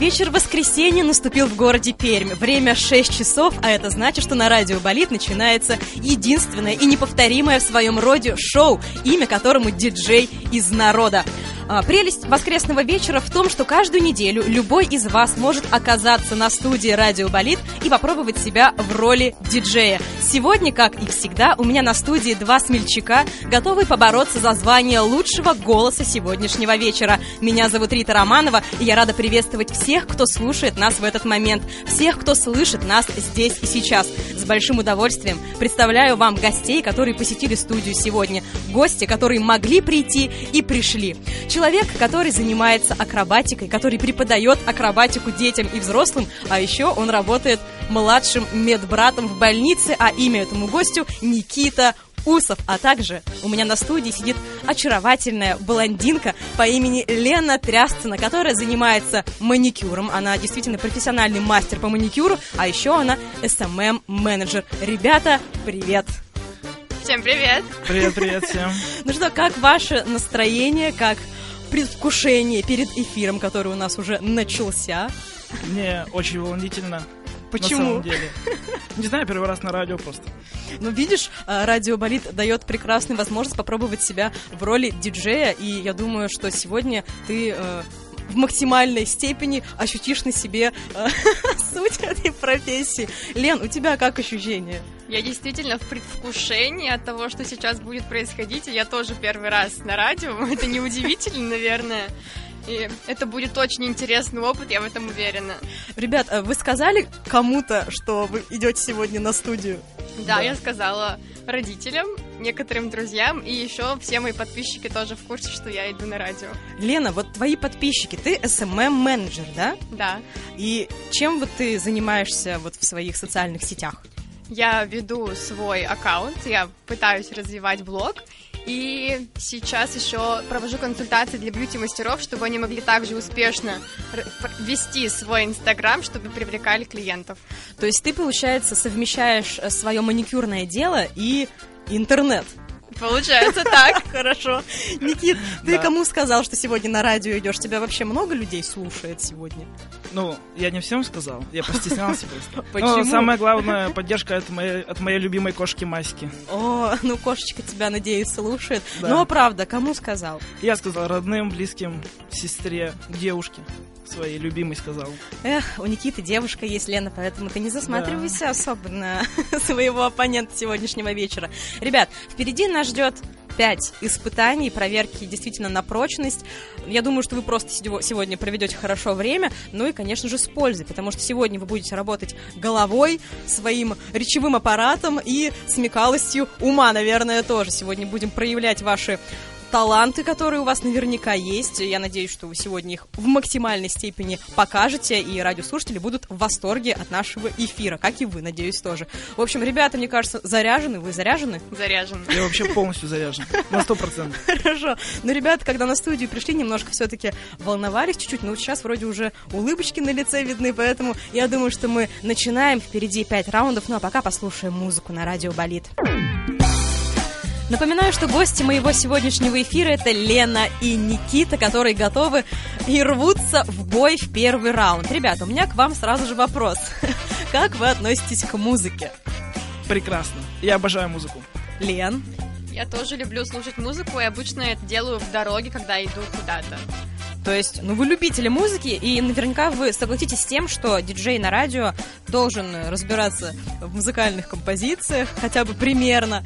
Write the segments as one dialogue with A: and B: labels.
A: Вечер воскресенья наступил в городе Пермь. Время 6 часов, а это значит, что на радио «Болит» начинается единственное и неповторимое в своем роде шоу, имя которому диджей из народа. А, Прелесть воскресного вечера в том, что каждую неделю любой из вас может оказаться на студии «Радио Болит» и попробовать себя в роли диджея. Сегодня, как и всегда, у меня на студии два смельчака, готовые побороться за звание лучшего голоса сегодняшнего вечера. Меня зовут Рита Романова, и я рада приветствовать всех, кто слушает нас в этот момент, всех, кто слышит нас здесь и сейчас. С большим удовольствием представляю вам гостей, которые посетили студию сегодня, гости, которые могли прийти и пришли. Человек, который занимается акробатикой, который преподает акробатику детям и взрослым, а еще он работает младшим медбратом в больнице, а имя этому гостю Никита Усов, а также у меня на студии сидит очаровательная блондинка по имени Лена Трясцина, которая занимается маникюром. Она действительно профессиональный мастер по маникюру, а еще она SMM-менеджер. Ребята, привет!
B: Всем привет!
C: Привет, привет всем.
A: Ну что, как ваше настроение, как предвкушение перед эфиром, который у нас уже начался?
C: Мне очень волнительно.
A: Почему?
C: На самом деле. Не знаю, первый раз на радио просто.
A: Ну, видишь, э, радио Болит дает прекрасную возможность попробовать себя в роли диджея, и я думаю, что сегодня ты э, в максимальной степени ощутишь на себе э, суть этой профессии. Лен, у тебя как ощущение?
B: Я действительно в предвкушении от того, что сейчас будет происходить. И я тоже первый раз на радио. Это неудивительно, наверное. И это будет очень интересный опыт, я в этом уверена.
A: Ребят, э, вы сказали кому-то, что вы идете сегодня на студию?
B: Да, я сказала родителям, некоторым друзьям и еще все мои подписчики тоже в курсе, что я иду на радио.
A: Лена, вот твои подписчики, ты SMM-менеджер, да?
B: Да.
A: И чем вот ты занимаешься вот в своих социальных сетях?
B: Я веду свой аккаунт, я пытаюсь развивать блог. И сейчас еще провожу консультации для бьюти-мастеров, чтобы они могли также успешно р- пр- вести свой инстаграм, чтобы привлекали клиентов.
A: То есть ты, получается, совмещаешь свое маникюрное дело и интернет.
B: Получается так.
A: Хорошо. Никит, ты
C: Да.
A: кому сказал, что сегодня на радио идешь? Тебя вообще много людей слушает сегодня?
C: Ну, я не всем сказал, я постеснялся просто.
A: Почему?
C: Но самое главное, поддержка от моей, от моей любимой кошки Маськи.
A: О, ну кошечка тебя, надеюсь, слушает.
C: Да.
A: Ну а правда, кому сказал?
C: Я сказал родным, близким, сестре, девушке своей любимой сказал.
A: Эх, у Никиты девушка есть, Лена, поэтому ты не засматривайся особо на своего оппонента сегодняшнего вечера. Ребят, впереди нас ждет пять испытаний, проверки действительно на прочность. Я думаю, что вы просто сего- сегодня проведете хорошо время, ну и, конечно же, с пользой, потому что сегодня вы будете работать головой, своим речевым аппаратом и смекалостью ума, наверное, тоже. Сегодня будем проявлять ваши таланты, которые у вас наверняка есть. Я надеюсь, что вы сегодня их в максимальной степени покажете, и радиослушатели будут в восторге от нашего эфира, как и вы, надеюсь, тоже. В общем, ребята, мне кажется, заряжены. Вы заряжены?
B: Заряжен.
C: Я вообще полностью заряжен, на сто процентов.
A: Хорошо. Но ребята, когда на студию пришли, немножко все-таки волновались чуть-чуть, но вот сейчас вроде уже улыбочки на лице видны, поэтому я думаю, что мы начинаем. Впереди 5 раундов, ну а пока послушаем музыку на радио «Болит». Напоминаю, что гости моего сегодняшнего эфира это Лена и Никита, которые готовы и рвутся в бой в первый раунд. Ребята, у меня к вам сразу же вопрос. Как вы относитесь к музыке?
C: Прекрасно. Я обожаю музыку.
A: Лен?
B: Я тоже люблю слушать музыку, и обычно это делаю в дороге, когда иду куда-то.
A: То есть, ну вы любители музыки, и наверняка вы согласитесь с тем, что диджей на радио должен разбираться в музыкальных композициях, хотя бы примерно.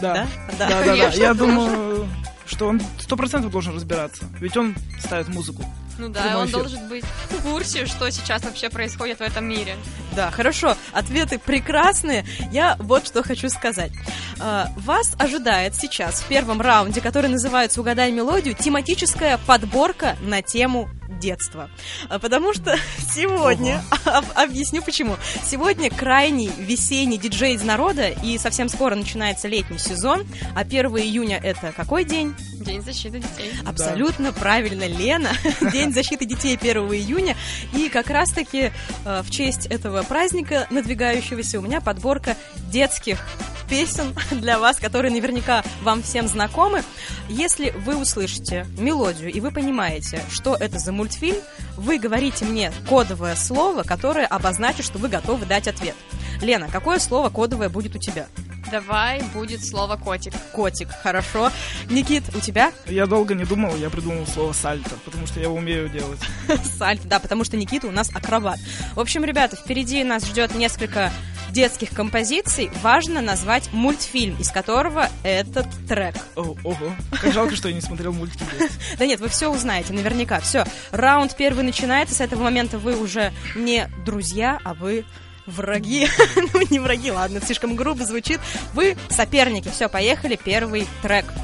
A: Да?
C: Да.
A: Да.
C: Да, да, да.
B: Конечно,
C: Я думаю, что он сто процентов должен разбираться, ведь он ставит музыку.
B: Ну да,
C: Прямой
B: он
C: эфир.
B: должен быть в курсе, что сейчас вообще происходит в этом мире.
A: Да, хорошо, ответы прекрасные. Я вот что хочу сказать. Э, Вас ожидает сейчас в первом раунде, который называется «Угадай мелодию», тематическая подборка на тему детства. Э, Потому что сегодня, а, об- объясню почему, сегодня крайний весенний диджей из народа, и совсем скоро начинается летний сезон, а 1 июня это какой день?
B: День защиты детей.
A: Абсолютно правильно, Лена. День защиты детей 1 июня. И как раз-таки э, в честь этого праздника надвигающегося у меня подборка детских песен для вас, которые наверняка вам всем знакомы. Если вы услышите мелодию и вы понимаете, что это за мультфильм, вы говорите мне кодовое слово, которое обозначит, что вы готовы дать ответ. Лена, какое слово кодовое будет у тебя?
B: Давай будет слово котик.
A: Котик, хорошо. Никит, у тебя
C: Я долго не думал, я придумал слово сальто, потому что я умею делать.
A: сальто, да, потому что Никита у нас акробат. В общем, ребята, впереди нас ждет несколько детских композиций. Важно назвать мультфильм, из которого этот трек.
C: О, ого, как жалко, что я не смотрел мультики. в детстве.
A: Да нет, вы все узнаете, наверняка. Все, раунд первый начинается. С этого момента вы уже не друзья, а вы враги. ну, не враги, ладно, слишком грубо звучит. Вы соперники. Все, поехали. Первый трек.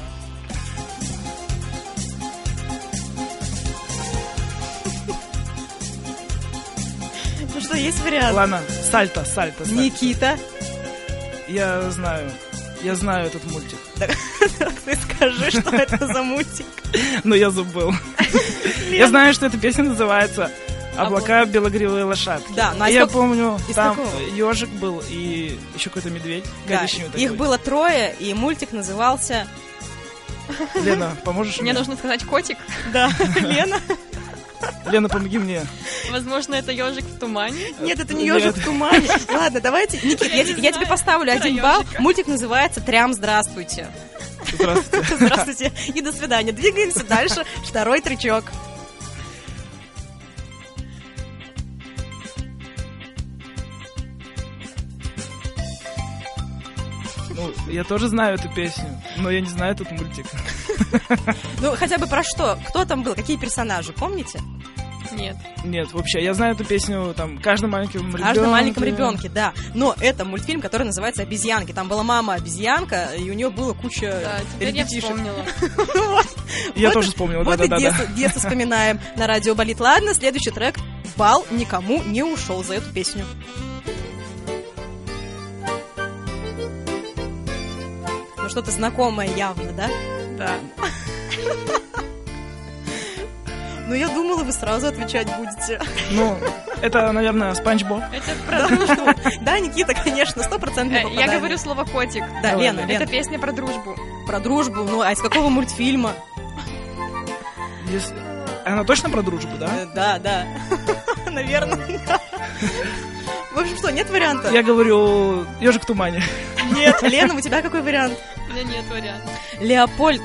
A: ну что, есть вариант?
C: Ладно, сальто, сальто, сальто.
A: Никита,
C: Я знаю, я знаю этот мультик,
A: ты скажи, что это за мультик.
C: но я забыл. Я знаю, что эта песня называется «Облака белогривые лошадки».
A: Да, ну а
C: И я
A: сколько-
C: помню,
A: из
C: там
A: какого?
C: ежик был и еще какой-то медведь
A: Да,
C: коричневый
A: их
C: такой.
A: было трое, и мультик назывался...
C: Лена, поможешь
B: Мне нужно сказать котик.
A: Да, Лена?
C: Лена, помоги мне.
B: Возможно, это ежик в тумане.
A: Нет, это не
C: Нет.
A: ежик в тумане. Ладно, давайте. Никит,
B: Я
A: я,
B: не
A: те- я тебе
B: знаю.
A: поставлю
B: Про
A: один балл.
B: ёжика.
A: Мультик называется Трям, здравствуйте.
C: Здравствуйте.
A: Здравствуйте и до свидания. Двигаемся дальше. Второй трючок.
C: Ну, я тоже знаю эту песню, но я не знаю этот мультик.
A: Ну, хотя бы про что? Кто там был? Какие персонажи? Помните?
B: Нет.
C: Нет, вообще, я знаю эту песню там каждом маленьком ребенке.
A: Аж на маленьком ребенке, да. Но это мультфильм, который называется «Обезьянки». Там была мама-обезьянка, и у нее была куча
B: Да, теперь я
A: ребятишек.
B: вспомнила.
A: Вот,
C: Я
A: Вот
C: тоже вспомнил,
A: вот и
C: да-да-да.
A: детство, детство вспоминаем на радио болит. Ладно, следующий трек. Бал никому не ушел за эту песню. Ну что-то знакомое явно, да?
B: Да.
A: Ну я думала, вы сразу отвечать будете.
C: Ну, это, наверное, Спанч Боб.
B: Это про...
A: Потому что- Да, Никита, конечно, стопроцентное
B: Э, Я
A: попадание.
B: говорю слово котик.
A: Да,
C: Ой,
A: Лена,
C: это
A: Лена,
B: Это песня про дружбу.
A: про дружбу. Ну, а из какого мультфильма?
C: Если- Она точно про дружбу, да?
B: А?
A: Э, Да, да. Наверное. В общем, что, нет варианта?
C: Я говорю, ежик в тумане.
A: Нет. Лена, у тебя какой вариант?
B: У меня нет вариантов.
A: Леопольд.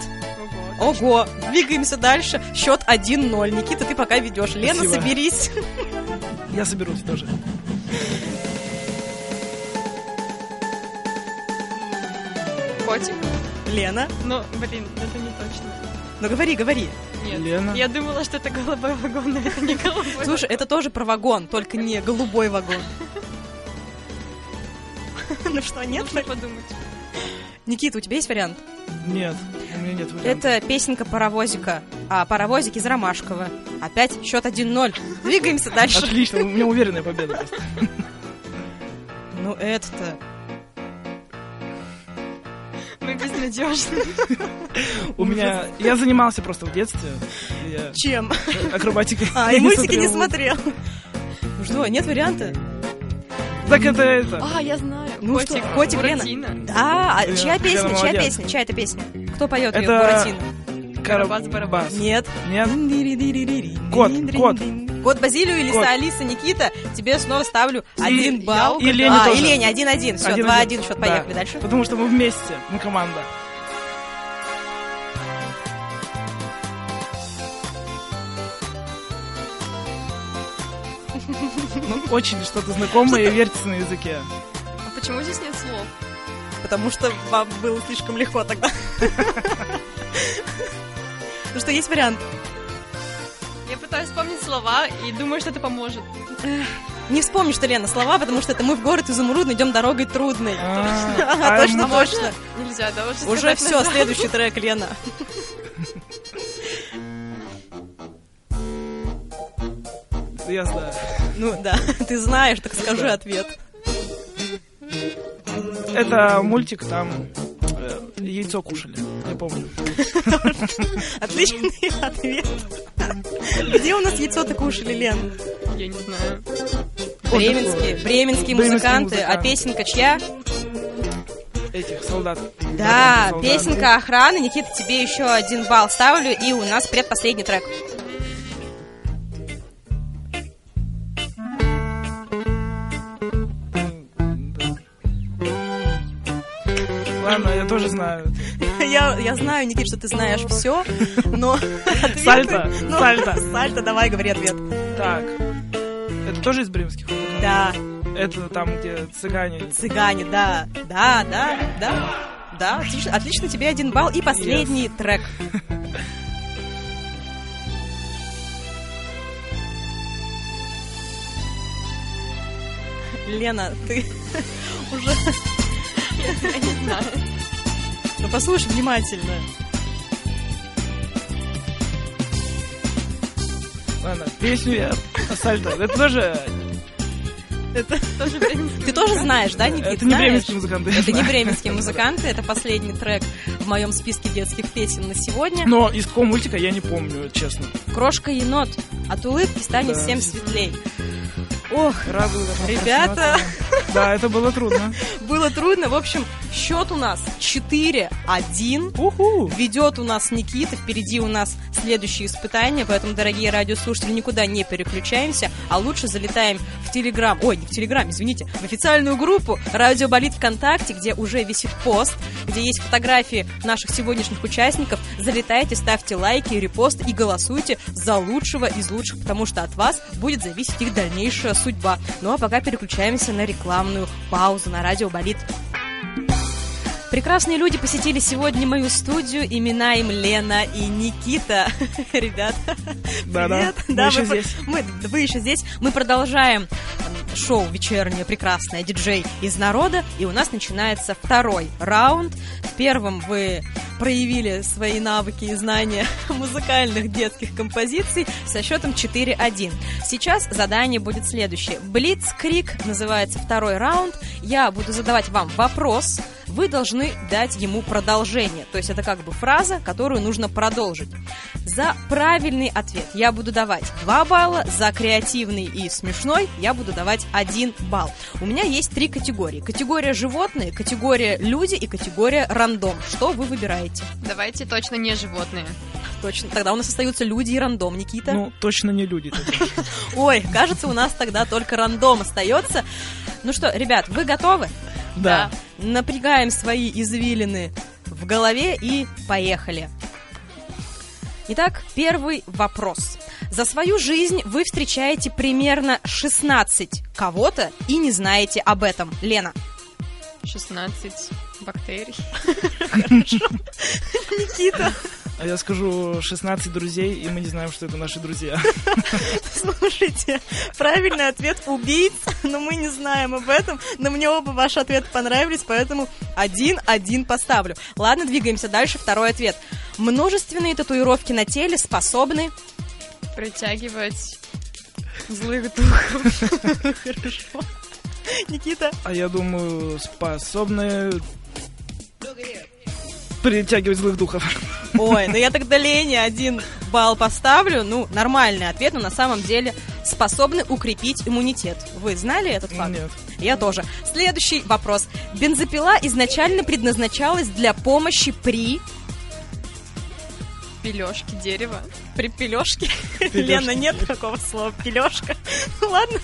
B: Ого.
A: Ого, двигаемся дальше. Счет 1-0. Никита, ты пока ведешь. Лена,
C: Спасибо.
A: соберись.
C: Я соберусь тоже.
B: Котик?
A: Лена,
B: Ну, блин, это не точно.
A: ну говори, говори.
B: Нет.
C: Лена.
B: Я думала, что это голубой вагон, но это не голубой.
A: Слушай, это тоже про вагон, только не голубой вагон. Ну что, нет?
B: Нужно подумать.
A: Никита, у тебя есть вариант?
C: Нет, у меня нет вариантов.
A: Это песенка паровозика. А паровозик из Ромашкова. Опять счет 1-0. Двигаемся дальше.
C: Отлично, у меня уверенная победа просто.
A: Ну это-то.
B: Мы безнадежны.
C: У меня... Я занимался просто в детстве. Я
A: Чем?
C: акробатикой.
A: А,
C: Я
A: и мультики не
C: смотрел.
A: смотрел. Ну что, нет варианта?
C: Так это это.
B: А, я знаю.
A: Ну
B: котик.
A: что, котик, Лена.
B: Буратино.
A: А, а
C: Лена,
A: чья
C: Лена
A: песня? Чья
C: молодец.
A: песня? Чья эта песня? Кто поет ее
C: Это-
A: Буратино?
C: Карабас-барабас.
A: Нет.
C: Нет?
A: Кот,
C: Кот, кот.
A: Кот Базилио или
C: Кот.
A: Алиса Никита, тебе снова ставлю
C: И-
A: один балл.
C: и Лене
A: а,
C: тоже.
A: и Лене, один-один. Все,
C: Один-один.
A: два-один, счет,
C: Да.
A: поехали дальше.
C: Потому что мы вместе, мы команда. Ну, очень что-то знакомое и вертится на языке.
B: А почему здесь нет слов?
A: Потому что вам было слишком легко тогда. Ну что, есть вариант?
B: Я пытаюсь вспомнить слова и думаю, что это поможет.
A: Не вспомнишь ты, Лена, слова, потому что это мы в город изумрудный, идем дорогой трудной.
C: А, а,
A: Точно,
C: м,
A: точно.
B: Нельзя, да? Уже,
A: Уже
B: сказать
A: все,
B: назад.
A: следующий трек, Лена.
C: Я знаю.
A: Ну да, ты знаешь, так скажи ответ.
C: Это мультик, там э, яйцо кушали, я помню.
A: Отличный ответ. Где у нас яйцо-то кушали, Лен?
B: Я не знаю.
C: Боже
A: Бременские,
C: мой.
A: бременские
C: Бременские
A: музыканты, а
C: музыканты.
A: песенка чья?
C: э, этих солдат.
A: Да,
C: Солдат.
A: песенка охраны. Никита, тебе еще один балл ставлю, и у нас предпоследний трек.
C: Ладно, я тоже знаю.
A: Я, я знаю, Никит, что ты знаешь все, но... ответы-
C: Сальто,
A: ну,
C: сальто.
A: Сальто, давай, говори ответ.
C: Так. Это тоже из бримских? музыкантов?
A: Да,
C: Это там, где цыгане.
A: цыгане, да, да, да, да, да. Слушай, отлично, тебе один балл и последний трек. Лена, ты уже...
B: Я не знаю.
A: Ну, послушай внимательно.
C: Ладно, песню я... Сальто. Это тоже...
A: Это...
B: Тоже бременские.
A: Ты тоже знаешь, да, Никит?
C: Это не
A: Знаешь?
C: бременские музыканты. я
A: Это не
C: знаю.
A: бременские музыканты, это последний трек в моем списке детских песен на сегодня.
C: Но из какого мультика я не помню, честно.
A: Крошка енот. От улыбки станет
C: Да.
A: всем светлей. Ох,
C: Радуга.
A: Ребята.
C: красота. Да, это было трудно.
A: было трудно. В общем, счет у нас 4-1.
C: Уху!
A: Ведет у нас Никита, впереди у нас следующие испытания, поэтому, дорогие радиослушатели, никуда не переключаемся, а лучше залетаем в Телеграм, ой, не в Телеграм, извините, в официальную группу «Радио Болит ВКонтакте», где уже висит пост, где есть фотографии наших сегодняшних участников. Залетайте, ставьте лайки, репосты и голосуйте за лучшего из лучших, потому что от вас будет зависеть их дальнейшая судьба. Ну а пока переключаемся на рекламную паузу на «Радио Болит». Прекрасные люди посетили сегодня мою студию. Имена им Лена и Никита. Ребят,
C: Да-да,
A: привет.
C: мы
A: Да,
C: еще
A: мы про-
C: здесь.
A: мы- вы еще здесь. Мы продолжаем м, шоу вечернее прекрасное диджей из народа. И у нас начинается второй раунд. В первом вы проявили свои навыки и знания музыкальных детских композиций со счетом 4-1. Сейчас задание будет следующее. Блицкрик называется второй раунд. Я буду задавать вам вопрос. Вы должны дать ему продолжение. То есть это как бы фраза, которую нужно продолжить. За правильный ответ я буду давать 2 балла, за креативный и смешной я буду давать 1 балл. У меня есть три категории. Категория животные, категория люди и категория рандом. Что вы выбираете?
B: Давайте точно не животные.
A: Точно. Тогда у нас остаются люди и рандом, Никита.
C: Ну, точно не люди. тогда.
A: Ой, кажется, у нас тогда только рандом остается. Ну что, ребят, вы готовы?
C: Да.
A: Напрягаем свои извилины в голове и поехали. Итак, первый вопрос. За свою жизнь вы встречаете примерно 16 кого-то и не знаете об этом. Лена.
B: 16 бактерий.
A: Никита.
C: А я скажу 16 друзей, и мы не знаем, что это наши друзья.
A: Слушайте, правильный ответ убийц, но мы не знаем об этом. Но мне оба ваши ответы понравились, поэтому один-один поставлю. Ладно, двигаемся дальше. Второй ответ. Множественные татуировки на теле способны...
B: Притягивать злых духов.
A: Хорошо. Никита.
C: А я думаю, способны притягивать злых духов.
A: Ой, ну я тогда Лене один балл поставлю. Ну, нормальный ответ, но на самом деле способны укрепить иммунитет. Вы знали этот факт?
C: Нет.
A: Я тоже. Следующий вопрос. Бензопила изначально предназначалась для помощи при...
B: Пелешки дерева.
A: При пелешке.
C: Пелёшки.
A: Лена, нет такого слова. Пелешка. Ну ладно.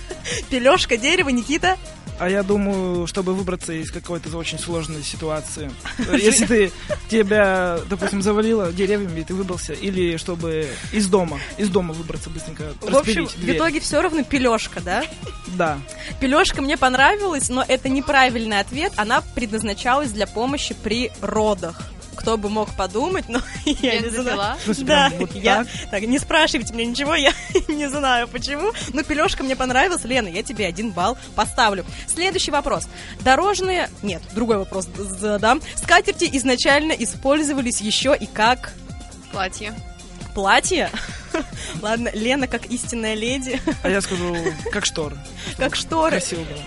A: Пелешка, дерево, Никита.
C: А я думаю, чтобы выбраться из какой-то очень сложной ситуации. Если ты тебя, допустим, завалило деревьями, и ты выбрался. Или чтобы из дома. Из дома выбраться быстренько.
A: В общем,
C: распилить
A: в
C: дверь.
A: итоге все равно пелешка, да?
C: Да.
A: Пелешка мне понравилась, но это неправильный ответ. Она предназначалась для помощи при родах. Кто бы мог подумать, но я не знаю.
B: Бензопила.
C: В смысле,
A: Да,
C: прям вот
A: я...
C: так?
A: Так, не спрашивайте меня ничего, я не знаю почему. Но пелешка мне понравилась. Лена, я тебе один балл поставлю. Следующий вопрос. Дорожные... Нет, другой вопрос задам. Скатерти изначально использовались еще и как
B: Платье.
A: платье. Ладно, Лена как истинная леди,
C: А я скажу, как шторы.
A: как шторы.
C: Красиво было.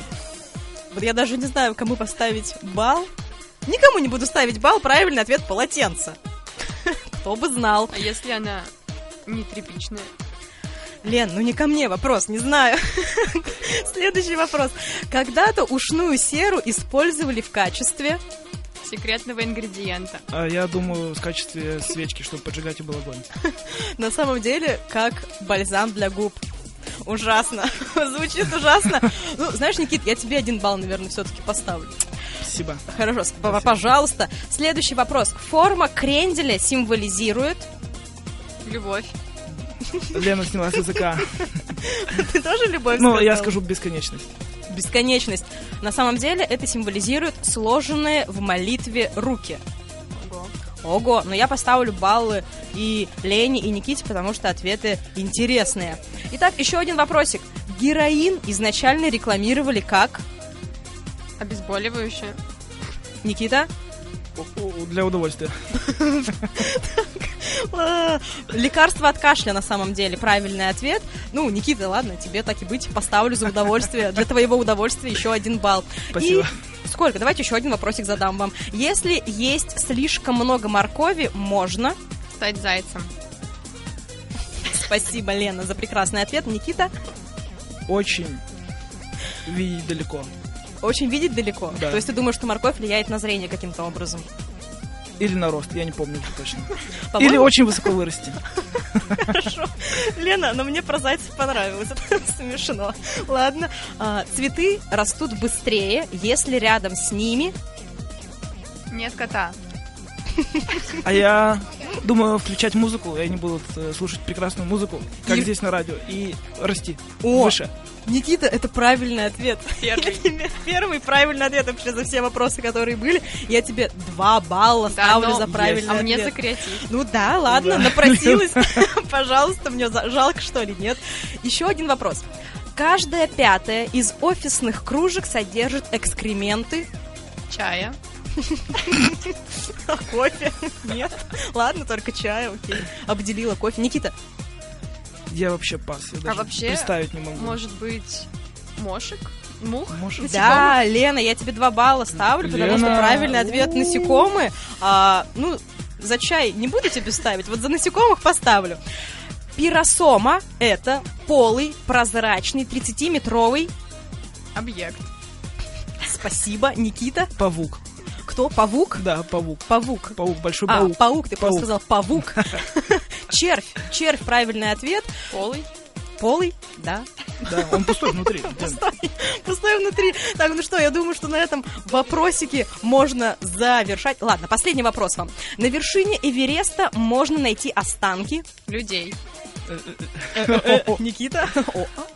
A: Вот я даже не знаю, кому поставить балл. Никому не буду ставить балл, правильный ответ – полотенце. Кто бы знал.
B: А если она не тряпичная?
A: Лен, ну не ко мне вопрос, не знаю. Следующий вопрос. Когда-то ушную серу использовали в качестве...
B: секретного ингредиента?
C: А я думаю, в качестве свечки, чтобы поджигать и был огонь.
A: На самом деле, как бальзам для губ. Ужасно. Звучит ужасно. Ну, знаешь, Никит, я тебе один балл, наверное, все-таки поставлю.
C: Спасибо.
A: Хорошо, сп- пожалуйста. Следующий вопрос. Форма кренделя символизирует...
B: Любовь.
C: Лена сняла с языка.
A: Ты тоже любовь
C: Ну, я
A: сказала?
C: скажу бесконечность.
A: Бесконечность. На самом деле это символизирует сложенные в молитве руки.
B: Ого.
A: Ого, но я поставлю баллы и Лене, и Никите, потому что ответы интересные. Итак, еще один вопросик. Героин изначально рекламировали как...
B: Обезболивающее.
A: Никита?
C: У- у- Для удовольствия.
A: А, Лекарство от кашля на самом деле правильный ответ. Ну, Никита, ладно, тебе так и быть, поставлю за удовольствие. Для твоего удовольствия еще один балл.
C: Спасибо.
A: И сколько? Давайте еще один вопросик задам вам. Если есть слишком много моркови, можно.
B: Стать зайцем.
A: Спасибо, Лена, за прекрасный ответ. Никита
C: Очень видеть далеко.
A: очень видит далеко.
C: Да.
A: То есть ты думаешь, что морковь влияет на зрение каким-то образом?
C: Или на рост, я не помню уже точно. Или
A: По-моему,
C: очень высоко вырасти.
A: хорошо. Лена, но мне про зайцев понравилось. Это смешно. Ладно. А, цветы растут быстрее, если рядом с ними
B: Нет кота.
C: А я думаю включать музыку, и они будут э, слушать прекрасную музыку, как
A: И-
C: здесь на радио, и расти
A: О!
C: выше.
A: Никита, это правильный ответ.
B: Первый.
A: Первый правильный ответ вообще за все вопросы, которые были. Я тебе два балла
B: Да,
A: ставлю
B: но-
A: за правильный
B: А мне за
A: ответ.
B: креатив.
A: Ну да, ладно,
C: Да.
A: напросилась. Пожалуйста, мне за- жалко, что ли, нет? Еще один вопрос. Каждая пятая из офисных кружек содержит экскременты.
B: Чая.
A: А кофе? Нет. Ладно, только чая, окей. Обделила кофе. Никита,
C: Я вообще пас,
A: А
C: я даже
B: вообще,
C: представить не могу.
B: Может быть, мошек? Мух?
C: Может,
A: Да, Лена, я тебе два балла ставлю, потому что
C: Лена,
A: правильный ответ
C: у-у-у.
A: насекомые. А, ну, за чай не буду тебе ставить, вот за насекомых поставлю. Пиросома – это полый, прозрачный, 30-метровый.
B: Объект.
A: Спасибо, Никита.
C: павук.
A: Кто? Павук?
C: Да, павук.
A: Павук.
C: Паук, большой
A: А,
C: паук.
A: паук, ты просто
C: Паук.
A: сказал павук. Червь. Червь, правильный ответ.
B: Полый.
A: Полый, да.
C: Да, он пустой внутри. реально.
A: Пустой внутри. Так, ну что, я думаю, что на этом вопросике можно завершать. Ладно, последний вопрос вам. На вершине Эвереста можно найти останки.
B: Людей.
C: Э, э,
A: Никита?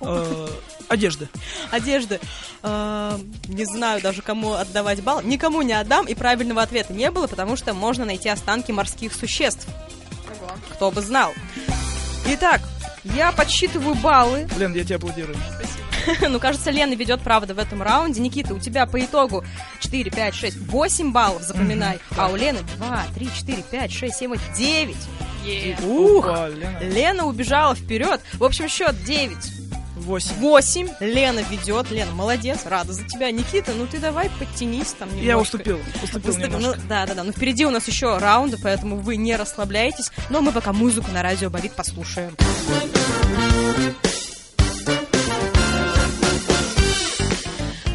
C: э, Одежды.
A: Одежды. Э, Не знаю даже, кому отдавать балл. Никому не отдам, и правильного ответа не было, потому что можно найти останки морских существ.
B: Ого.
A: Кто бы знал. Итак, я подсчитываю баллы.
C: Лен, я тебе аплодирую.
A: Ну, кажется, Лена ведет, правда, в этом раунде. Никита, у тебя по итогу 4, 5, 6, 8 баллов, запоминай. А у Лены 2, 3, 4, 5, 6, 7, 8, 9.
B: Е.
A: Ух!
C: Опа, Лена.
A: Лена убежала вперед. В общем, счет 9.
C: Восемь.
A: 8. Лена ведет. Лена, молодец, рада за тебя. Никита, ну ты давай подтянись там немножко.
C: Я уступил. Уступил
A: Уступ- ну,
C: немножко.
A: да, да, да. Но впереди у нас еще раунды, поэтому вы не расслабляйтесь. Но мы пока музыку на радио болит послушаем.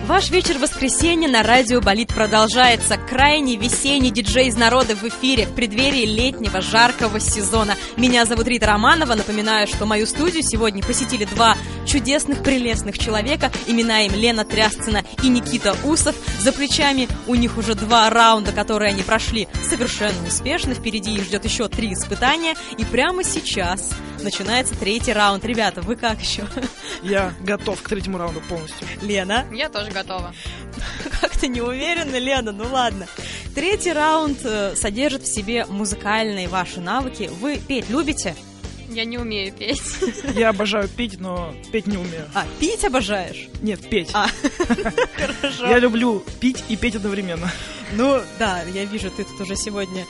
A: Ваш вечер воскресенья на радио «Болит» продолжается. Крайний весенний диджей из народа в эфире в преддверии летнего жаркого сезона. Меня зовут Рита Романова. Напоминаю, что мою студию сегодня посетили два чудесных, прелестных человека. Имена им Лена Трясцина и Никита Усов. За плечами у них уже два раунда, которые они прошли совершенно успешно. Впереди их ждет еще три испытания. И прямо сейчас начинается третий раунд. Ребята, вы как еще? ну.
C: Я готов к третьему раунду полностью.
A: Лена?
B: Я тоже готова.
A: Как-то не уверена, Лена, ну ладно. Третий раунд э, содержит в себе музыкальные ваши навыки. Вы петь любите?
B: Я не умею петь.
C: Я обожаю пить, но петь не умею.
A: А, пить обожаешь?
C: Нет, петь.
A: А, хорошо.
C: Я люблю пить и петь одновременно.
A: Ну, да, я вижу, ты тут уже сегодня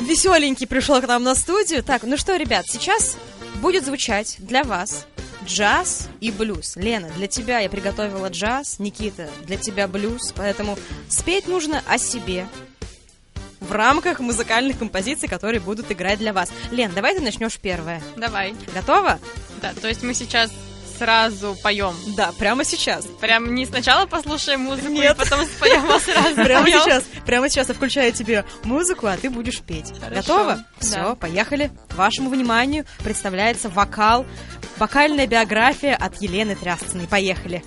A: веселенький пришел к нам на студию. Так, ну что, ребят, сейчас будет звучать для вас джаз и блюз. Лена, для тебя я приготовила джаз, Никита, для тебя блюз, поэтому спеть нужно о себе в рамках музыкальных композиций, которые будут играть для вас. Лен, давай ты начнешь первое.
B: Давай.
A: Готова?
B: Да, то есть мы сейчас сразу поем.
A: Да, прямо сейчас.
B: Прям не сначала послушаем музыку,
A: Нет.
B: и потом споем, а сразу
A: Прямо
B: поём.
A: сейчас. Прямо сейчас я включаю тебе музыку, а ты будешь петь.
B: Хорошо.
A: Готова?
B: Да.
A: Все, поехали. Вашему вниманию представляется вокал. Вокальная биография от Елены Трясциной. Поехали.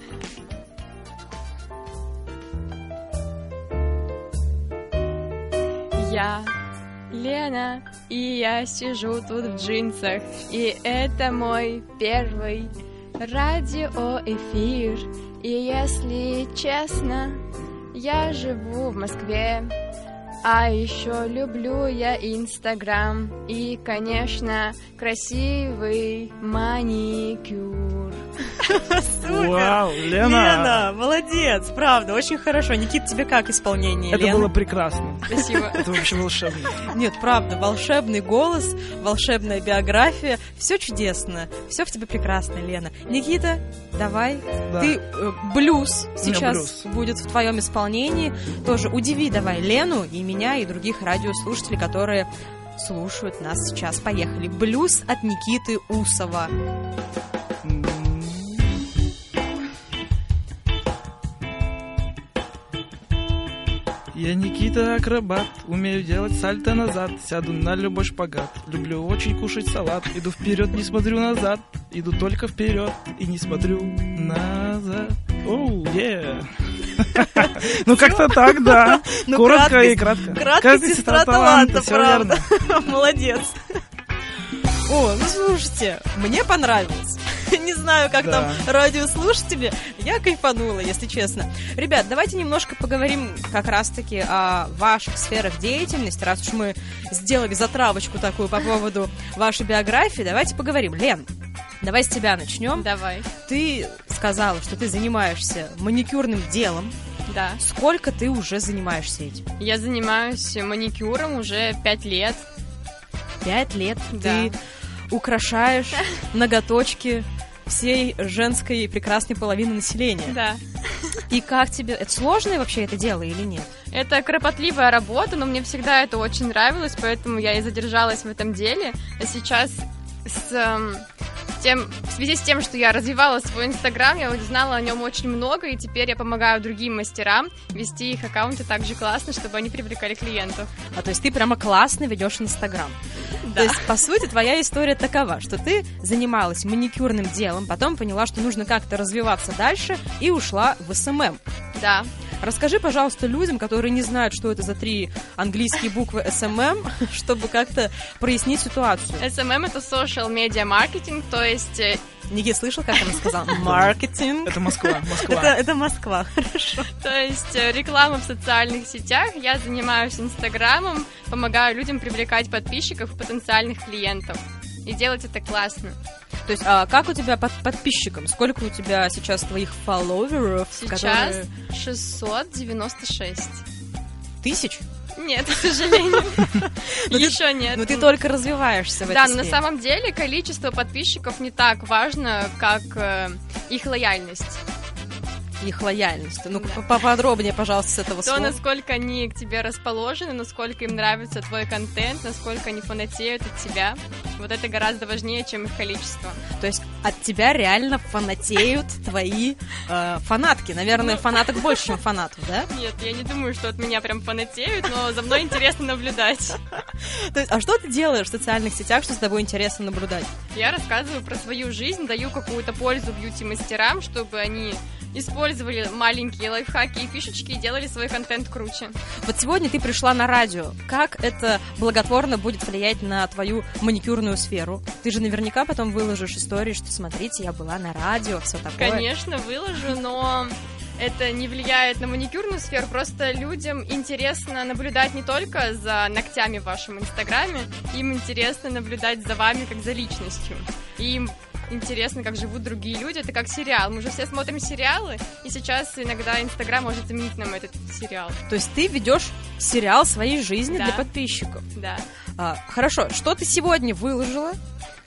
B: Я Лена, и я сижу тут в джинсах, и это мой первый радиоэфир. И если честно, я живу в Москве, а еще люблю я Инстаграм и, конечно, красивый маникюр.
C: Вау, Лена!
A: Лена, молодец, правда, очень хорошо. Никит, тебе как исполнение?
C: Это
A: Лены?
C: было прекрасно.
B: Спасибо.
C: Это вообще волшебно.
A: Нет, правда, волшебный голос, волшебная биография, все чудесно, все в тебе прекрасно, Лена. Никита, давай,
C: Да.
A: ты э, блюз сейчас
C: блюз.
A: будет в твоем исполнении, тоже удиви давай Лену и меня и других радиослушателей, которые слушают нас сейчас. Поехали, блюз от Никиты Усова.
C: Я Никита Акробат, умею делать сальто назад, сяду на любой шпагат. Люблю очень кушать салат, иду вперед, не смотрю назад, иду только вперед и не смотрю назад. Оу, е! Ну как-то так, да.
A: Ну,
C: Коротко и
A: краткость-
C: кратко.
A: краткость сестра таланта,
C: всё
A: правда.
C: верно.
A: Молодец. О, ну слушайте, мне понравилось. Не знаю, как
C: Да.
A: там радиослушатели. Я кайфанула, если честно. Ребят, давайте немножко поговорим как раз-таки о ваших сферах деятельности. Раз уж мы сделали затравочку такую по поводу вашей биографии, давайте поговорим. Лен, давай с тебя начнем.
B: Давай.
A: Ты сказала, что ты занимаешься маникюрным делом.
B: Да.
A: Сколько ты уже занимаешься этим?
B: Я занимаюсь маникюром уже пять лет.
A: Пять лет
B: Да.
A: ты украшаешь ноготочки всей женской и прекрасной половины населения.
B: Да.
A: И как тебе? Это сложное вообще это дело или нет?
B: Это кропотливая работа, но мне всегда это очень нравилось, поэтому я и задержалась в этом деле. А сейчас с эм, тем, в связи с тем, что я развивала свой инстаграм, я узнала о нем очень много, и теперь я помогаю другим мастерам вести их аккаунты так же классно, чтобы они привлекали клиентов.
A: А то есть ты прямо классно ведешь Инстаграм. То
B: Да.
A: есть, по сути, твоя история такова, что ты занималась маникюрным делом, потом поняла, что нужно как-то развиваться дальше и ушла в СММ.
B: Да.
A: Расскажи, пожалуйста, людям, которые не знают, что это за три английские буквы СММ, чтобы как-то прояснить ситуацию.
B: SMM — это social media маркетинг, то есть э,
A: Никит слышал, как она сказала? Маркетинг.
C: Это Москва, Москва.
A: Это, это Москва.
B: То есть э, реклама в социальных сетях, я занимаюсь Инстаграмом, помогаю людям привлекать подписчиков и потенциальных клиентов. И делать это классно.
A: То есть, а как у тебя под подписчиком? Сколько у тебя сейчас твоих фолловеров?
B: Сейчас
A: которые-
B: 696.
A: Тысяч?
B: Нет, к сожалению.
A: Ну ты-
B: Еще нет.
A: Ну, ты только развиваешься в
B: Да,
A: этой
B: но на
A: сфере.
B: самом деле количество подписчиков не так важно, как э, их лояльность.
A: Их лояльность. Ну,
B: Да.
A: по- поподробнее, пожалуйста, с этого
B: То,
A: слова.
B: насколько они к тебе расположены, насколько им нравится твой контент, насколько они фанатеют от тебя. Вот это гораздо важнее, чем их количество.
A: То есть от тебя реально фанатеют твои э, фанатки.
B: Ну.
A: Наверное, фанаток больше, чем фанатов, да?
B: Нет, я не думаю, что от меня прям фанатеют, но за мной интересно наблюдать.
A: То есть, а что ты делаешь в социальных сетях, что с тобой интересно наблюдать?
B: Я рассказываю про свою жизнь, даю какую-то пользу бьюти-мастерам, чтобы они использовали маленькие лайфхаки и фишечки и делали свой контент круче.
A: Вот сегодня ты пришла на радио. Как это благотворно будет влиять на твою маникюрную сферу? Ты же наверняка потом выложишь истории, что смотрите, я была на радио, все такое.
B: Конечно, выложу, но это не влияет на маникюрную сферу, просто людям интересно наблюдать не только за ногтями в вашем инстаграме, им интересно наблюдать за вами как за личностью. И им интересно, как живут другие люди, это как сериал. Мы же все смотрим сериалы, и сейчас иногда инстаграм может заменить нам этот сериал.
A: То есть ты ведешь сериал своей жизни
B: Да.
A: для подписчиков.
B: Да.
A: А, хорошо, что ты сегодня выложила?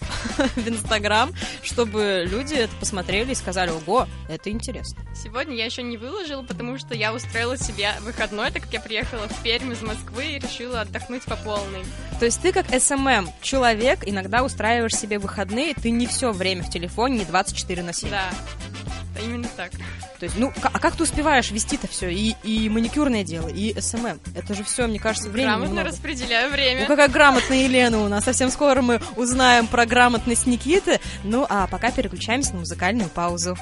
A: в Инстаграм, чтобы люди это посмотрели и сказали, ого, это интересно.
B: Сегодня я еще не выложила, потому что я устроила себе выходной, так как я приехала в Пермь из Москвы и решила отдохнуть по полной.
A: То есть ты как СММ человек иногда устраиваешь себе выходные, ты не все время в телефоне, не 24 на 7.
B: Да, именно так.
A: То есть, ну, к- а как ты успеваешь вести-то все? И, и маникюрное дело, и СММ. Это же все, мне кажется, время
B: Грамотно
A: немного.
B: распределяю
A: Ну,
B: время.
A: какая грамотная Елена у нас. Совсем скоро мы узнаем про грамотность Никиты. Ну, а пока переключаемся на музыкальную паузу.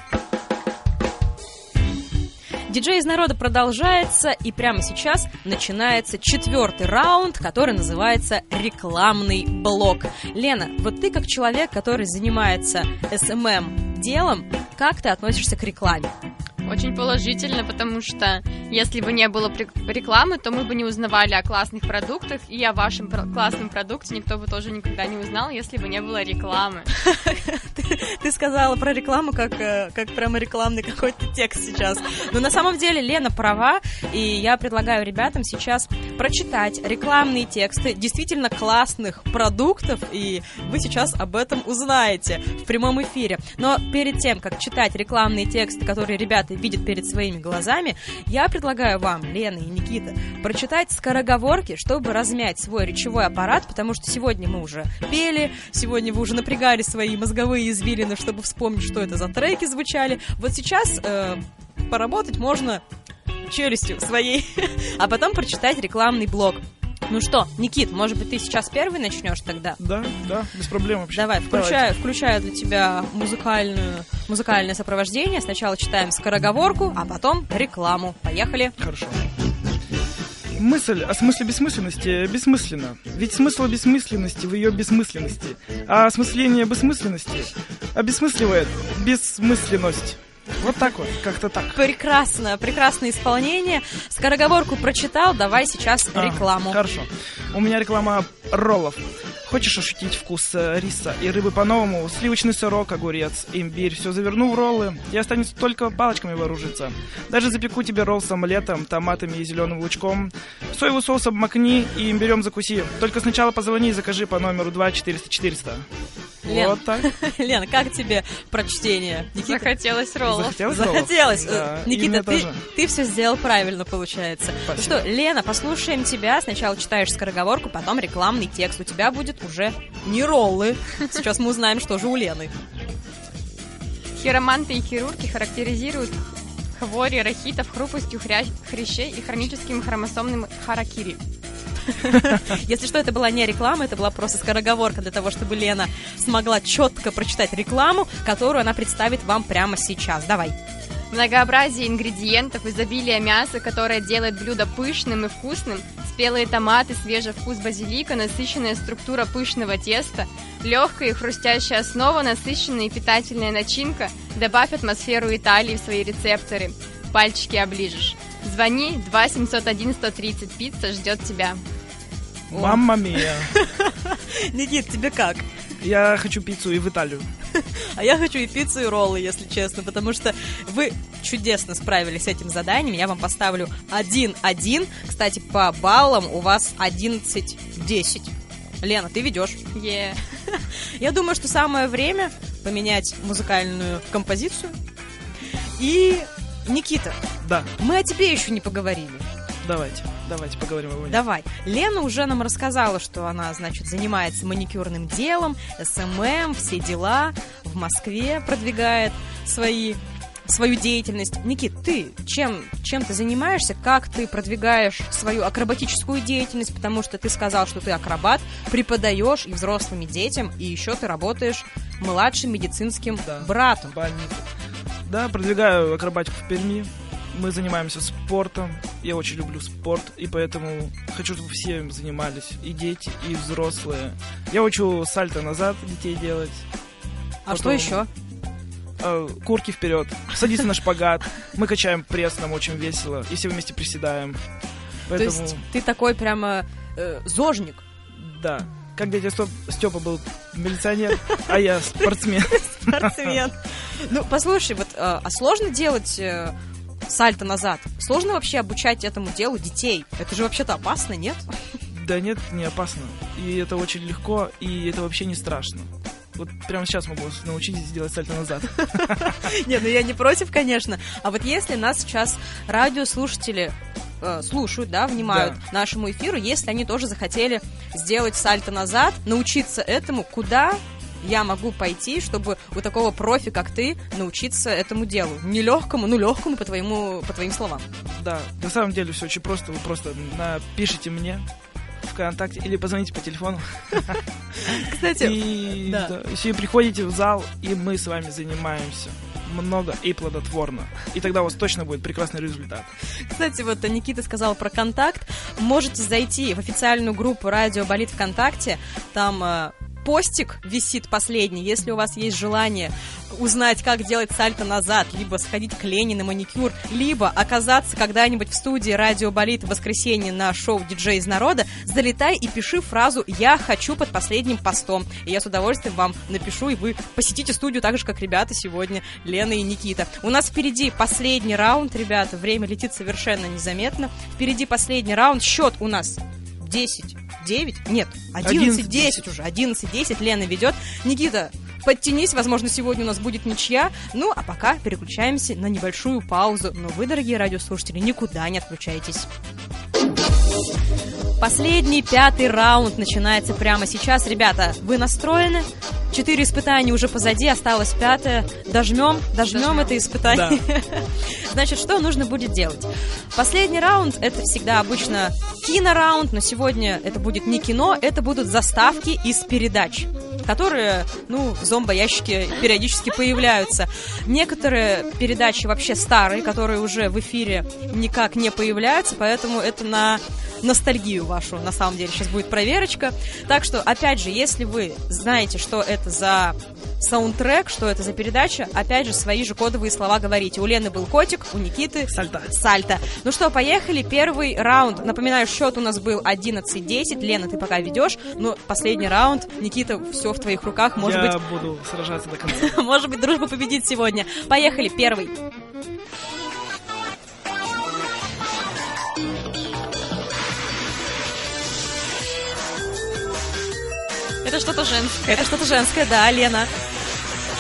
A: Диджей из народа продолжается, и прямо сейчас начинается четвертый раунд, который называется рекламный блок. Лена, вот ты как человек, который занимается СММ делом, как ты относишься к рекламе?
B: Очень положительно, потому что если бы не было прек- рекламы, то мы бы не узнавали о классных продуктах, и о вашем про- классном продукте никто бы тоже никогда не узнал, если бы не было рекламы.
A: Ты сказала про рекламу, как, э, как прямо рекламный какой-то текст сейчас. Но на самом деле Лена права, и я предлагаю ребятам сейчас прочитать рекламные тексты действительно классных продуктов, и вы сейчас об этом узнаете в прямом эфире. Но перед тем, как читать рекламные тексты, которые ребята видят перед своими глазами, я предлагаю вам, Лена и Никита, прочитать скороговорки, чтобы размять свой речевой аппарат, потому что сегодня мы уже пели, сегодня вы уже напрягали свои мозговые извилины, чтобы вспомнить, что это за треки звучали. Вот сейчас э, поработать можно челюстью своей, а потом прочитать рекламный блок. Ну что, Никит, может быть, ты сейчас первый начнешь тогда?
C: Да, да, без проблем вообще.
A: Давай,
C: Давайте.
A: включаю, включаю для тебя музыкальную, музыкальное сопровождение. Сначала читаем скороговорку, а потом рекламу. Поехали.
C: Хорошо. Мысль о смысле бессмысленности бессмысленна. Ведь смысл бессмысленности в ее бессмысленности. А осмысление бессмысленности обесмысливает бессмысленность. Вот так вот, как-то так.
A: Прекрасно, прекрасное исполнение. Скороговорку прочитал, давай сейчас
C: А,
A: рекламу.
C: Хорошо. У меня реклама роллов. Хочешь ощутить вкус э, риса и рыбы по-новому? Сливочный сырок, огурец, имбирь. Все заверну в роллы. Тебе останется только палочками вооружиться. Даже запеку тебе ролл с омлетом, томатами и зеленым лучком. Соевый соус обмакни и имбирем закуси. Только сначала позвони и закажи по номеру 2 400 400.
A: Лен.
C: Вот так.
A: Лен, как тебе прочтение? Никита?
B: Захотелось роллов.
C: Захотелось роллов?
A: Захотелось.
C: Да,
A: Э, Никита,
C: именно
A: ты,
C: тоже.
A: ты все сделал правильно, получается. Ну
C: Спасибо.
A: что, Лена, послушаем тебя. Сначала читаешь скороговорку, потом рекламный текст. У тебя будет уже не роллы. Сейчас мы узнаем, что же у Лены.
B: Хироманты и хирурги характеризируют хвори рахитов хрупостью хря- хрящей и хроническим хромосомным харакири.
A: Если что, это была не реклама, это была просто скороговорка для того, чтобы Лена смогла четко прочитать рекламу, которую она представит вам прямо сейчас. Давай.
B: Многообразие ингредиентов, изобилие мяса, которое делает блюдо пышным и вкусным, спелые томаты, свежий вкус базилика, насыщенная структура пышного теста, легкая и хрустящая основа, насыщенная и питательная начинка, добавь атмосферу Италии в свои рецепторы. Пальчики оближешь. Звони 2 701 130 пицца ждет тебя.
C: Мамма мия.
A: Никит, тебе как?
C: Я хочу пиццу и в Италию.
A: А я хочу и пиццу, и роллы, если честно, потому что вы чудесно справились с этим заданием. Я вам поставлю 1-1. Кстати, по баллам у вас 11-10. Лена, ты ведешь.
B: Е.
A: Я думаю, что самое время поменять музыкальную композицию. И, Никита,
C: Да,
A: мы о тебе еще не поговорили.
C: давайте. Давайте поговорим о войне.
A: Давай. Лена уже нам рассказала, что она, значит, занимается маникюрным делом, СММ, все дела, в Москве продвигает свои свою деятельность. Никит, ты чем, чем ты занимаешься? Как ты продвигаешь свою акробатическую деятельность? Потому что ты сказал, что ты акробат, преподаешь и взрослым, и детям, и еще ты работаешь младшим медицинским
C: Да.
A: братом.
C: больнице. Да, продвигаю акробатику в Перми. Мы занимаемся спортом. Я очень люблю спорт, и поэтому хочу, чтобы все им занимались. И дети, и взрослые. Я учу сальто назад детей делать,
A: А что
C: Потом-
A: еще?
C: э, курки вперед, садиться на шпагат. Мы качаем пресс, нам очень весело, и все вместе приседаем. Поэтому,
A: То есть ты такой прямо э, зожник.
C: да. Как дядя Степа был милиционер, а я спортсмен.
A: спортсмен. Ну, послушай, вот, э, а сложно делать э, сальто назад? Сложно вообще обучать этому делу детей? Это же вообще-то опасно, нет?
C: Да нет, не опасно. И это очень легко, и это вообще не страшно. Вот прямо сейчас могу вас научить сделать сальто назад.
A: Нет, ну я не против, конечно. А вот если нас сейчас радиослушатели э, слушают, да, внимают
C: Да.
A: нашему эфиру, если они тоже захотели сделать сальто назад, научиться этому, куда я могу пойти, чтобы у такого профи, как ты, научиться этому делу. Нелегкому, ну легкому по, твоему, по твоим словам.
C: Да, на самом деле все очень просто. Вы просто напишите мне ВКонтакте или позвоните по телефону.
A: Кстати,
C: И
A: да.
C: да, если вы приходите в зал, и мы с вами занимаемся много и плодотворно. И тогда у вас точно будет прекрасный результат.
A: кстати, вот э, Никита сказал про контакт. Можете зайти в официальную группу «Радио Болит ВКонтакте». Там э, постик висит последний. Если у вас есть желание узнать, как делать сальто назад, либо сходить к Лене на маникюр, либо оказаться когда-нибудь в студии «Радио Болит» в воскресенье на шоу «Диджей из народа», залетай и пиши фразу «Я хочу» под последним постом. И я с удовольствием вам напишу, и вы посетите студию так же, как ребята сегодня, Лена и Никита. У нас впереди последний раунд, ребята. Время летит совершенно незаметно. Впереди последний раунд. Счет у нас 10 9? Нет, 11, 10 уже. 11, 10 Лена ведет. Никита, подтянись, возможно, сегодня у нас будет ничья. Ну, а пока переключаемся на небольшую паузу. Но вы, дорогие радиослушатели, никуда не отключайтесь. Последний, пятый раунд начинается прямо сейчас. Ребята, вы настроены? Четыре испытания уже позади, осталось пятое. Дожмем, дожмем,
B: Дожмем.
A: это испытание. Значит, что нужно будет делать? Последний раунд это всегда обычно кинораунд, но сегодня это будет не кино, это будут заставки из передач которые, ну, в зомбоящике периодически появляются. Некоторые передачи вообще старые, которые уже в эфире никак не появляются, поэтому это на ностальгию вашу, на самом деле, сейчас будет проверочка. Так что, опять же, если вы знаете, что это за саундтрек, что это за передача, опять же, свои же кодовые слова говорите. У Лены был котик, у Никиты
C: Сальто.
A: сальто. Ну что, поехали. Первый раунд. Напоминаю, счет у нас был 11-10. Лена, ты пока ведешь. Но последний раунд. Никита, все в твоих руках. Может
C: Я буду сражаться до конца.
A: быть, может быть, дружба победит сегодня. Поехали. Первый.
B: Это что-то женское.
A: Это что-то женское, да, Лена.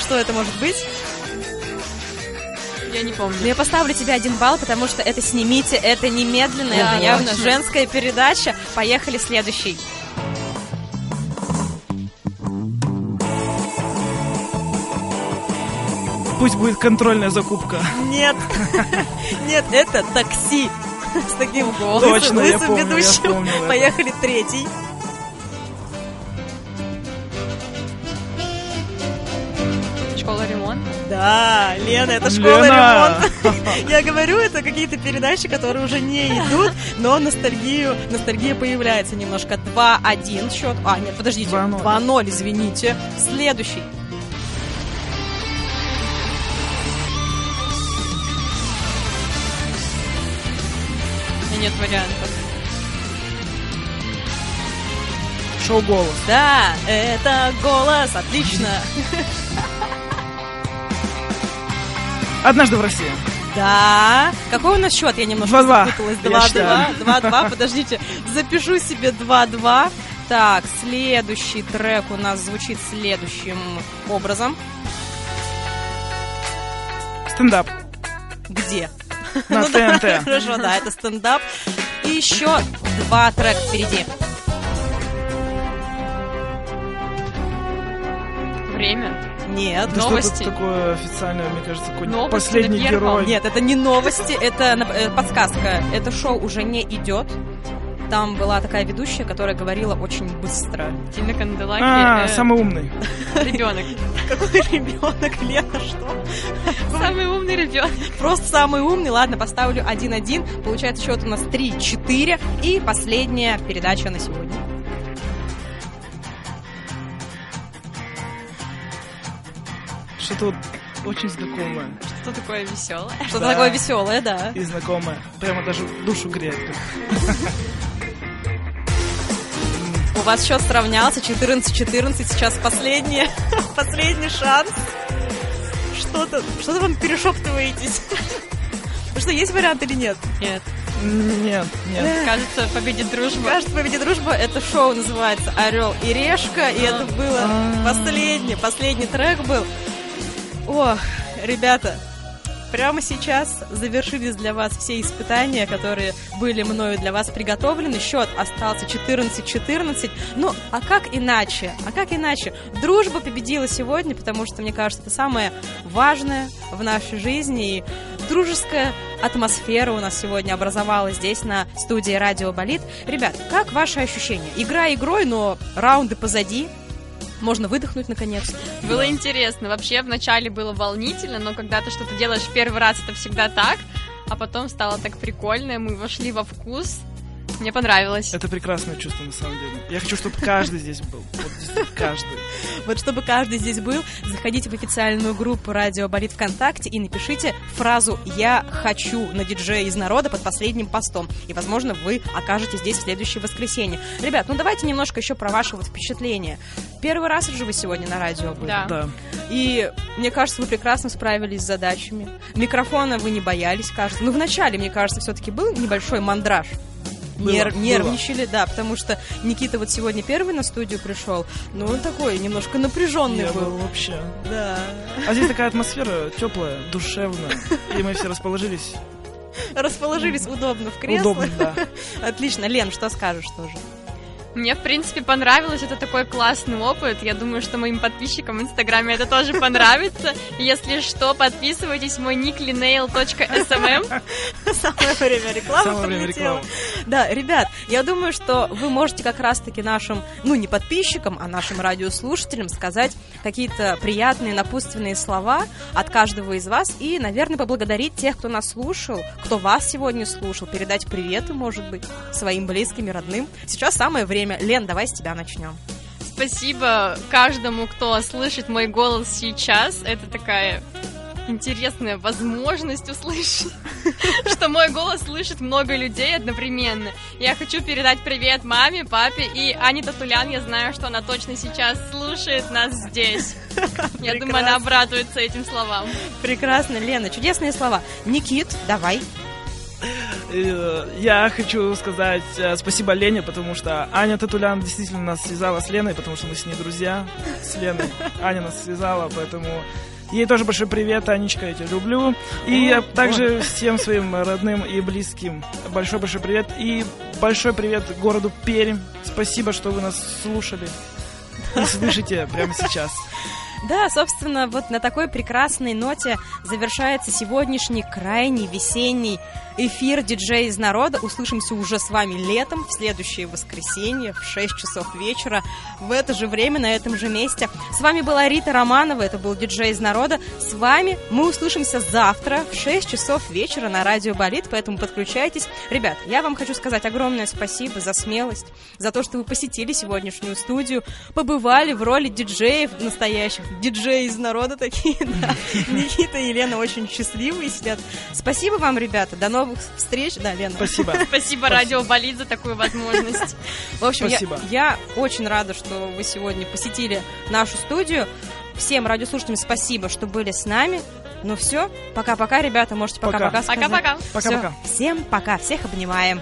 A: Что это может быть?
B: Я не помню.
A: Но я поставлю тебе один балл, потому что это снимите, это немедленно, это
B: Ого.
A: явно женская передача. Поехали, следующий.
C: Пусть будет контрольная закупка.
A: Нет, нет, это такси. С таким голосом,
C: Точно, я
A: лысым
C: помню, я
A: ведущим.
C: вспомнил это.
A: Поехали, третий.
B: Школа ремонта.
A: Да, Лена, это школа
C: Лена!
A: ремонта. Я говорю, это какие-то передачи, которые уже не идут, но ностальгию, ностальгия появляется немножко. 2-1 счет. А, нет, подождите.
C: 2:0.
A: 2-0, извините. Следующий.
B: И нет вариантов.
C: Шоу голос.
A: Да, это голос, отлично.
C: Однажды в России.
A: Да. Какой у нас счет? Я немножко
C: 2:2.
A: запуталась.
C: Я
A: 2-2.
C: считаю.
A: 2-2. Подождите, запишу себе 2-2. Так, следующий трек у нас звучит следующим образом.
C: Стендап.
A: Где?
C: На
A: Ну да,
C: ТНТ.
A: Хорошо, да, это стендап. И еще два трека впереди.
B: Время.
A: Нет.
C: Это
B: Новости.
C: что-то такое официальное, мне кажется, какой-нибудь
B: Новости
C: последний
B: на первом.
C: герой.
A: Нет, это не новости, это нап- э, подсказка. Это шоу уже не идет. Там была такая ведущая, которая говорила очень быстро.
B: Тина Канделаки.
C: А,
B: э,
C: самый умный.
B: Ребенок.
A: Какой ребенок, Лена, что?
B: Самый умный ребенок.
A: Просто самый умный. Ладно, поставлю 1-1. Получается, счет у нас 3-4. И последняя передача на сегодня.
C: Что-то вот очень знакомое.
B: Что такое веселое?
A: Что-то
C: Да.
A: такое веселое, да.
C: И знакомое. Прямо даже душу греет.
A: У вас счет сравнялся 14-14, сейчас последний, последний шанс. Что-то, что-то вам перешептываетесь. Ну что, есть вариант или нет?
B: Нет.
C: Нет, нет.
D: Кажется, победит дружба.
A: Кажется, победит дружба. Это шоу называется Орел и Решка. И это было
C: А.
A: последнее. Последний трек был. Ох, ребята, прямо сейчас завершились для вас все испытания, которые были мною для вас приготовлены. Счет остался 14-14. Ну, а как иначе? А как иначе? Дружба победила сегодня, потому что, мне кажется, это самое важное в нашей жизни. И дружеская атмосфера у нас сегодня образовалась здесь, на студии «Радио Болит». Ребят, как ваши ощущения? Игра игрой, но раунды позади. Можно выдохнуть наконец.
D: Да.
B: Было интересно. Вообще, вначале было волнительно, но когда ты что-то делаешь в первый раз, это всегда так. А потом стало так прикольно, мы вошли во вкус. Мне понравилось.
C: Это прекрасное чувство, на самом деле. Я хочу, чтобы каждый здесь был. Вот действительно, каждый.
A: Вот чтобы каждый здесь был, заходите в официальную группу «Радио Болит ВКонтакте» и напишите фразу «Я хочу» на диджея из народа под последним постом. И, возможно, вы окажетесь здесь в следующее воскресенье. Ребят, ну давайте немножко еще про ваши вот впечатления. Первый раз же вы сегодня на радио были.
B: Да.
C: Да.
A: И мне кажется, вы прекрасно справились с задачами. Микрофона вы не боялись, кажется. Ну, вначале, мне кажется, все-таки был небольшой мандраж.
C: Было,
A: Нер-
C: было.
A: нервничали, да, потому что Никита вот сегодня первый на студию пришел, но он такой немножко напряженный
C: Я
A: был.
C: был вообще.
A: Да.
C: А здесь такая атмосфера теплая, душевная. И мы все расположились.
A: Расположились удобно в кресло.
C: Удобно, да.
A: Отлично. Лен, что скажешь тоже?
B: Мне, в принципе, понравилось. Это такой классный опыт. Я думаю, что моим подписчикам в Инстаграме это тоже понравится. Если что, подписывайтесь. Мой ник lineal.smm.
A: Самое время рекламы
C: Самое время
A: подлетела.
C: рекламы.
A: Да, ребят, я думаю, что вы можете как раз-таки нашим, ну, не подписчикам, а нашим радиослушателям сказать какие-то приятные, напутственные слова от каждого из вас и, наверное, поблагодарить тех, кто нас слушал, кто вас сегодня слушал, передать приветы, может быть, своим близким и родным. Сейчас самое время. Лен, давай с тебя начнем.
B: Спасибо каждому, кто слышит мой голос сейчас. Это такая интересная возможность услышать, что мой голос слышит много людей одновременно. Я хочу передать привет маме, папе и Ане Татулян. Я знаю, что она точно сейчас слушает нас здесь. Я думаю,
A: Прекрасно.
B: она обрадуется этим словам.
A: Прекрасно, Лена, чудесные слова. Никит, давай.
C: Э, Я хочу сказать э, спасибо Лене, потому что Аня Татулян действительно нас связала с Леной, потому что мы с ней друзья. С Леной. Аня нас связала, поэтому ей тоже большой привет, Анечка, я тебя люблю. И я также всем своим родным и близким большой-большой привет. И большой привет городу Пермь. Спасибо, что вы нас слушали. И слышите прямо сейчас.
A: Да, собственно, вот на такой прекрасной ноте завершается сегодняшний крайний весенний эфир «Диджей из народа». Услышимся уже с вами летом, в следующее воскресенье, в 6 часов вечера, в это же время, на этом же месте. С вами была Рита Романова, это был «Диджей из народа». С вами мы услышимся завтра в 6 часов вечера на радио «Болит», поэтому подключайтесь. Ребят, я вам хочу сказать огромное спасибо за смелость, за то, что вы посетили сегодняшнюю студию, побывали в роли диджеев настоящих, диджеи из народа такие, да. Никита и Лена очень счастливые сидят. Спасибо вам, ребята, до новых встреч. Да, Лена.
C: Спасибо.
B: Спасибо Радио Болит за такую возможность.
A: В общем, я-
C: Спасибо.
A: Я, очень рада, что вы сегодня посетили нашу студию. Всем радиослушателям спасибо, что были с нами. Ну все, пока-пока, ребята, можете
C: Пока.
A: пока-пока сказать.
B: Пока-пока.
A: Всё,
C: Пока-пока.
A: Всем пока, всех обнимаем.